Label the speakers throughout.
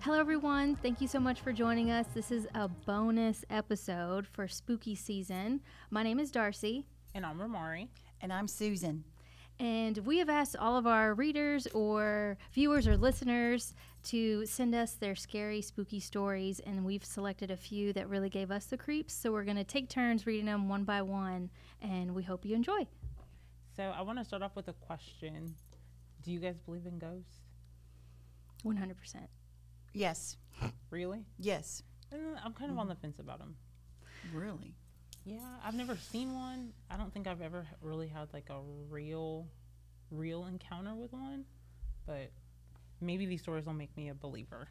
Speaker 1: Hello, everyone. Thank you so much for joining us. This is a bonus episode for spooky season. My name is Darcy,
Speaker 2: And I'm Ramari.
Speaker 3: And I'm Susan.
Speaker 1: and we have asked all of our readers, or viewers, or listeners to send us their scary, spooky stories. And we've selected a few that really gave us the creeps. So we're going to take turns reading them one by one, and we hope you enjoy.
Speaker 2: So I want to start off with a question. Do you guys believe in ghosts?
Speaker 1: 100%.
Speaker 3: Yes.
Speaker 2: Really?
Speaker 3: Yes.
Speaker 2: Mm, I'm kind of
Speaker 3: Mm-hmm.
Speaker 2: on the fence about them.
Speaker 3: Really?
Speaker 2: Yeah, I've never seen one. I don't think I've ever h- really had like a real, real encounter with one. But maybe these stories will make me a believer.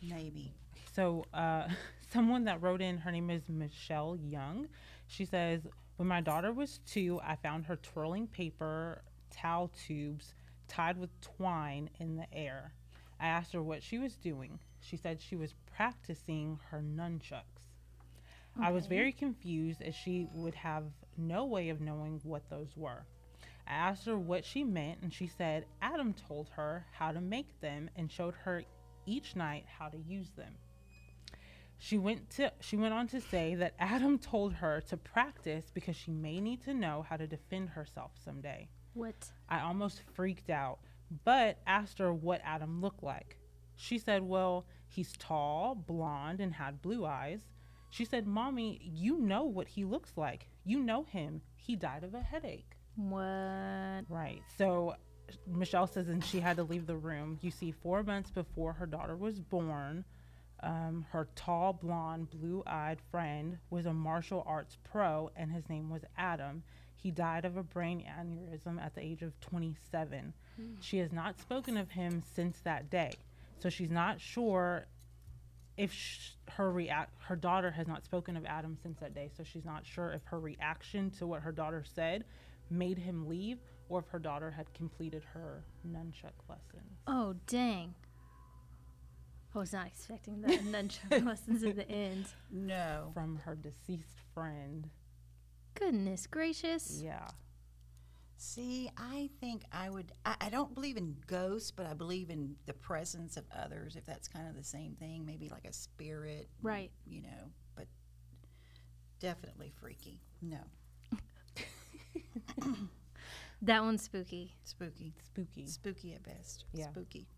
Speaker 3: Maybe.
Speaker 2: So, uh, someone that wrote in, her name is Michelle Young. She says, When my daughter was two, I found her twirling paper towel tubes tied with twine in the air. I asked her what she was doing. She said she was practicing her nunchucks. I was very confused as she would have no way of knowing what those were. I asked her what she meant, and she said Adam told her how to make them and showed her each night how to use them. She went to she went on to say that Adam told her to practice because she may need to know how to defend herself someday.
Speaker 1: What?
Speaker 2: I almost freaked out, but asked her what Adam looked like. She said, Well, he's tall, blonde, and had blue eyes. She said, Mommy, you know what he looks like. You know him. He died of a headache.
Speaker 1: What?
Speaker 2: Right. So Michelle says, and she had to leave the room. You see, four months before her daughter was born, um, her tall, blonde, blue eyed friend was a martial arts pro, and his name was Adam. He died of a brain aneurysm at the age of 27. She has not spoken of him since that day. So she's not sure if sh- her react her daughter has not spoken of Adam since that day, so she's not sure if her reaction to what her daughter said made him leave or if her daughter had completed her nunchuck lesson.
Speaker 1: Oh, dang. I was not expecting that. And then lessons at the end.
Speaker 3: No.
Speaker 2: from her deceased friend.
Speaker 1: Goodness gracious.
Speaker 2: Yeah.
Speaker 3: See, I think I would. I, I don't believe in ghosts, but I believe in the presence of others, if that's kind of the same thing. Maybe like a spirit.
Speaker 1: Right.
Speaker 3: You know, but definitely freaky. No.
Speaker 1: That one's spooky.
Speaker 3: Spooky.
Speaker 2: Spooky.
Speaker 3: Spooky at best.
Speaker 2: Yeah.
Speaker 3: Spooky.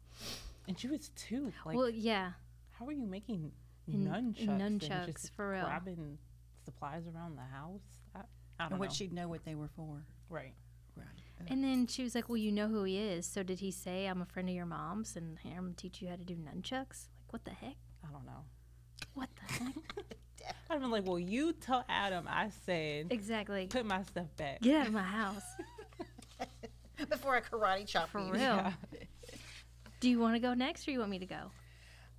Speaker 2: And she was two. Like
Speaker 1: well, yeah.
Speaker 2: how are you making
Speaker 1: N-
Speaker 2: nunchucks,
Speaker 1: nunchucks,
Speaker 2: and just
Speaker 1: for real.
Speaker 2: grabbing supplies around the house? I, I don't
Speaker 3: And
Speaker 2: know.
Speaker 3: what she'd know what they were for.
Speaker 2: right.
Speaker 3: Right.
Speaker 1: And then she was like, Well, you know who he is. So did he say, I'm a friend of your mom's and I'm going to teach you how to do nunchucks? Like, what the heck?
Speaker 2: I don't know.
Speaker 1: What the heck?
Speaker 2: I'd been like, well, you tell Adam I said
Speaker 1: exactly.
Speaker 2: put my stuff back.
Speaker 1: Get out of my house.
Speaker 3: Before I karate chop
Speaker 1: For
Speaker 3: you.
Speaker 1: real. Do you want to go next or you want me to go?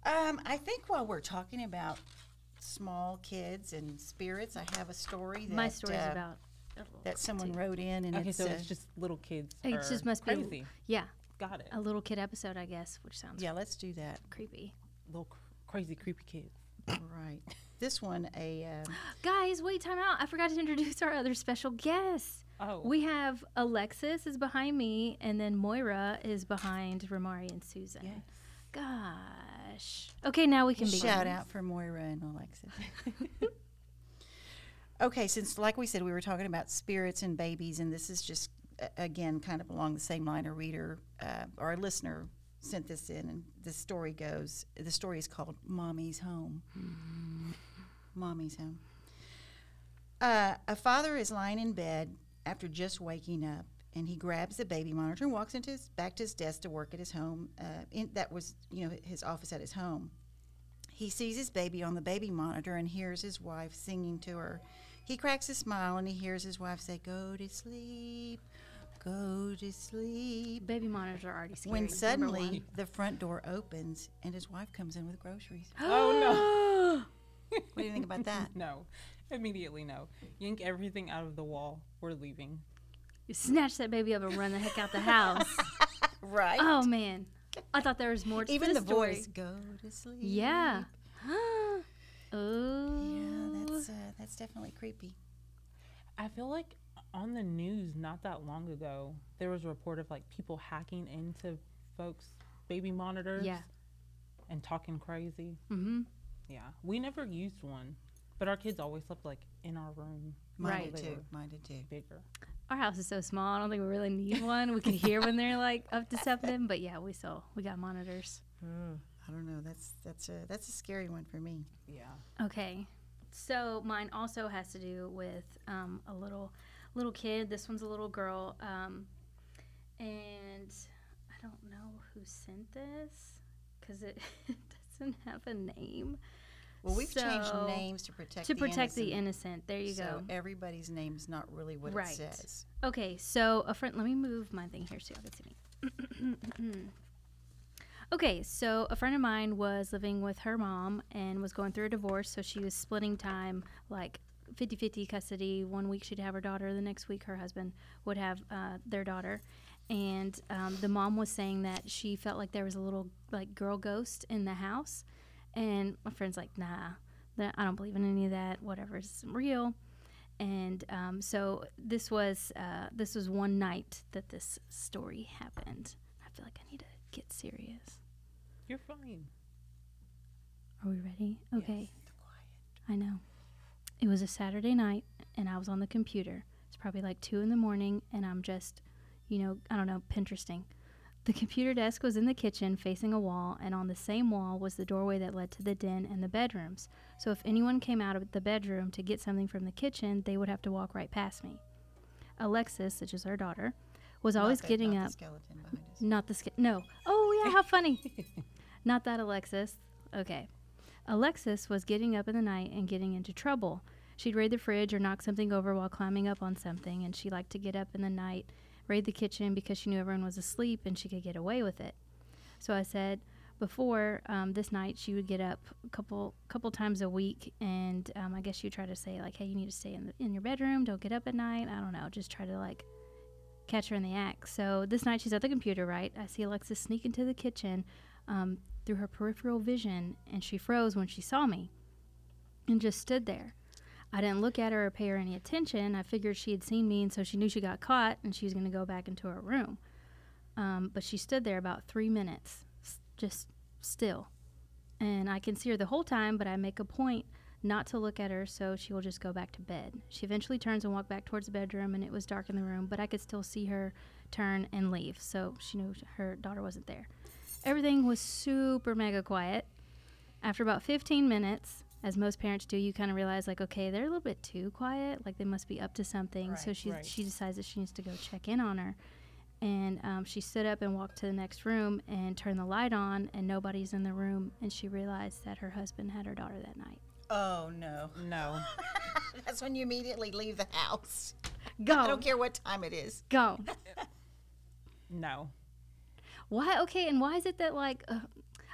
Speaker 3: Um, I think while we're talking about small kids and spirits, I have a story that
Speaker 1: my story's
Speaker 3: uh,
Speaker 1: about.
Speaker 3: that someone wrote in, and
Speaker 2: Okay,
Speaker 3: it's,
Speaker 2: so
Speaker 3: uh,
Speaker 2: it's just little kids.
Speaker 1: It
Speaker 2: are
Speaker 1: just must be.
Speaker 2: crazy.
Speaker 1: Yeah.
Speaker 2: Got it.
Speaker 1: A little kid episode, I guess, which sounds
Speaker 3: yeah. Let's do that.
Speaker 1: creepy.
Speaker 2: little cr- crazy, creepy kids.
Speaker 3: right. This one, a um,
Speaker 1: Guys, wait, time out. I forgot to introduce our other special guest.
Speaker 2: Oh,
Speaker 1: We have Alexis is behind me, and then Moira is behind Ramari and Susan.
Speaker 3: Yes.
Speaker 1: Gosh. Okay, now we can begin.
Speaker 3: shout out for Moira and Alexis. okay, since like we said, we were talking about spirits and babies, and this is just a- again kind of along the same line. A reader uh, or a listener sent this in, and the story goes. The story is called "Mommy's Home." Mommy's home. Uh, a father is lying in bed after just waking up, and he grabs the baby monitor and walks into his, back to his desk to work at his home. Uh, in, that was, you know, his office at his home. He sees his baby on the baby monitor and hears his wife singing to her. He cracks a smile and he hears his wife say, "Go to sleep, go to sleep."
Speaker 1: Baby monitors are already scary.
Speaker 3: When
Speaker 1: number one.
Speaker 3: suddenly the front door opens and his wife comes in with groceries.
Speaker 2: Oh,
Speaker 3: What do you think about that?
Speaker 2: no. Immediately, no. Yank everything out of the wall. We're leaving.
Speaker 1: you snatch that baby up and run the heck out the house.
Speaker 3: Right.
Speaker 1: oh man, I thought there was more. To
Speaker 3: Even the
Speaker 1: this story.
Speaker 3: voice, go to sleep.
Speaker 1: Yeah. oh.
Speaker 3: Yeah, that's uh, that's definitely creepy.
Speaker 2: I feel like on the news not that long ago, there was a report of like people hacking into folks' baby monitors.
Speaker 1: Yeah.
Speaker 2: and talking crazy.
Speaker 1: Mm-hmm.
Speaker 2: Yeah, we never used one, but our kids always slept like in our room,
Speaker 3: Mine
Speaker 1: Right.
Speaker 3: did too. Mine did too.
Speaker 2: bigger.
Speaker 1: Our house is so small. I don't think we really need one. We can hear when they're like up to something, but yeah, we still we got monitors.
Speaker 3: Mm, I don't know. That's that's a that's a scary one for me.
Speaker 2: Yeah.
Speaker 1: Okay, so mine also has to do with um, a little little kid. This one's a little girl, um, and I don't know who sent this because it doesn't have a name
Speaker 3: Well, we've changed
Speaker 1: So,
Speaker 3: names to protect
Speaker 1: to
Speaker 3: the
Speaker 1: protect the
Speaker 3: innocent.
Speaker 1: innocent. There you
Speaker 3: so
Speaker 1: go.
Speaker 3: everybody's name's not really what
Speaker 1: Right.
Speaker 3: it says.
Speaker 1: Okay, so a friend. Let me move my thing here so y'all can see me. okay, so a friend of mine was living with her mom and was going through a divorce, so she was splitting time like 50 50 custody. One week she'd have her daughter, the next week her husband would have uh, their daughter. And um, the mom was saying that she felt like there was a little like girl ghost in the house. And my friend's like, nah, that- I don't believe in any of that. Whatever's real and um, so this was uh, this was one night that this story happened. I feel like I need to get serious.
Speaker 2: You're fine.
Speaker 1: Are we ready? Okay,
Speaker 3: The quiet.
Speaker 1: I know. It was a Saturday night, and I was on the computer. It's probably like two in the morning, and I'm just, you know, I don't know, Pinteresting. The computer desk was in the kitchen facing a wall, and on the same wall was the doorway that led to the den and the bedrooms. So if anyone came out of the bedroom to get something from the kitchen, they would have to walk right past me. Alexis, which is our daughter, was always
Speaker 3: Not that-
Speaker 1: getting
Speaker 3: not the
Speaker 1: up.
Speaker 3: skeleton behind us.
Speaker 1: Not the sk- no. Oh yeah, how funny. Not that Alexis. Okay. Alexis was getting up in the night and getting into trouble. She'd raid the fridge or knock something over while climbing up on something, and she liked to get up in the night, raid the kitchen because she knew everyone was asleep and she could get away with it. So I said before um, this night she would get up a couple couple times a week, and um, I guess you try to say like, hey, you need to stay in the, in your bedroom, don't get up at night. I don't know, just try to like catch her in the act. So this night she's at the computer, right? I see Alexis sneak into the kitchen um, through her peripheral vision, and she froze when she saw me and just stood there. I didn't look at her or pay her any attention. I figured she had seen me, and so she knew she got caught and she was going to go back into her room. Um, but she stood there about three minutes, s- just still. And I can see her the whole time, but I make a point not to look at her, so she will just go back to bed. She eventually turns and walked back towards the bedroom, and it was dark in the room, but I could still see her turn and leave, so she knew her daughter wasn't there. Everything was super mega quiet. After about 15 minutes, as most parents do, you kind of realize like, okay, they're a little bit too quiet, like they must be up to something. so
Speaker 3: Right,
Speaker 1: she
Speaker 2: right.
Speaker 1: she decides that she needs to go check in on her, and um, she stood up and walked to the next room and turned the light on, and nobody's in the room, and she realized that her husband had her daughter that night.
Speaker 3: Oh no!
Speaker 2: No.
Speaker 3: That's when you immediately leave the house.
Speaker 1: Go.
Speaker 3: I don't care what time it is.
Speaker 1: Gone.
Speaker 2: No.
Speaker 1: Why? Okay, and why is it that like uh,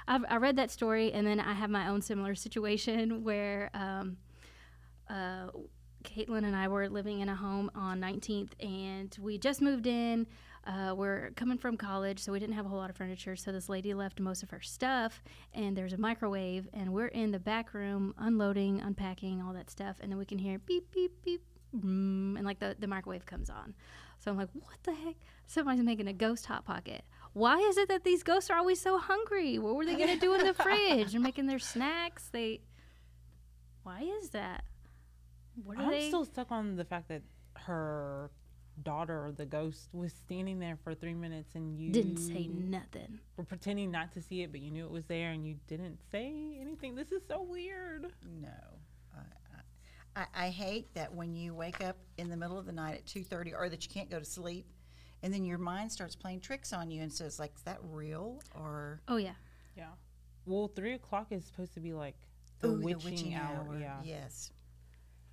Speaker 1: I've, I read that story, and then I have my own similar situation where um, uh, Caitlin and I were living in a home on 19th, and we just moved in. Uh, we're coming from college, so we didn't have a whole lot of furniture. So this lady left most of her stuff, and there's a microwave, and we're in the back room unloading, unpacking, all that stuff, and then we can hear beep beep beep, mm, and like the the microwave comes on. So I'm like, what the heck? Somebody's making a ghost hot pocket. Why is it that these ghosts are always so hungry? What were they gonna do in the fridge? They're making their snacks. They. Why is that? What are
Speaker 2: I'm
Speaker 1: they?
Speaker 2: still stuck on the fact that her daughter or the ghost was standing there for three minutes and you
Speaker 1: Didn't say nothing.
Speaker 2: were pretending not to see it, but you knew it was there and you didn't say anything. This is so weird.
Speaker 3: No, I, I, I hate that when you wake up in the middle of the night at two thirty, or that you can't go to sleep, and then your mind starts playing tricks on you, and so it's like, is that real or?
Speaker 1: Oh yeah.
Speaker 2: Yeah. Well, three o'clock is supposed to be like the,
Speaker 3: Ooh,
Speaker 2: witching, hour. Yeah.
Speaker 3: Yes.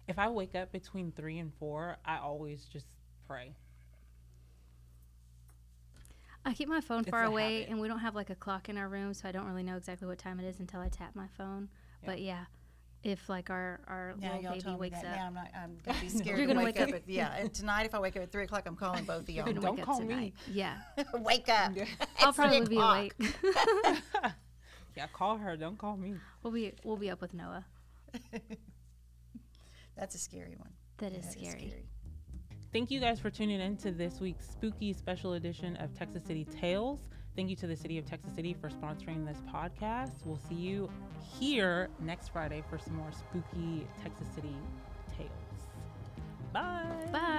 Speaker 2: If I wake up between three and four, I always just pray.
Speaker 1: I keep my phone
Speaker 2: It's
Speaker 1: far
Speaker 2: a
Speaker 1: away,
Speaker 2: habit.
Speaker 1: and we don't have like a clock in our room, so I don't really know exactly what time it is until I tap my phone. But yeah, if like our our
Speaker 3: Now
Speaker 1: little
Speaker 3: y'all
Speaker 1: baby
Speaker 3: told me
Speaker 1: wakes
Speaker 3: that.
Speaker 1: up,
Speaker 3: Now I'm not. I'm gonna be scared
Speaker 1: You're
Speaker 3: to
Speaker 1: gonna
Speaker 3: wake,
Speaker 1: wake
Speaker 3: up.
Speaker 1: up.
Speaker 3: at, yeah. And tonight, if I wake up at three o'clock, I'm calling both of y'all.
Speaker 1: gonna
Speaker 2: Don't
Speaker 1: wake up
Speaker 2: call me.
Speaker 1: tonight. Yeah,
Speaker 3: wake up.
Speaker 1: I'll
Speaker 3: It's three
Speaker 1: probably be
Speaker 3: o'clock.
Speaker 1: awake.
Speaker 2: Yeah, call her. Don't call me.
Speaker 1: we'll be we'll be up with Noah.
Speaker 3: That's a scary one.
Speaker 1: That is
Speaker 3: That is
Speaker 1: scary.
Speaker 2: Thank you guys for tuning in to this week's spooky special edition of Texas City Tales. Thank you to the City of Texas City for sponsoring this podcast. We'll see you here next Friday for some more spooky Texas City tales. Bye.
Speaker 1: Bye.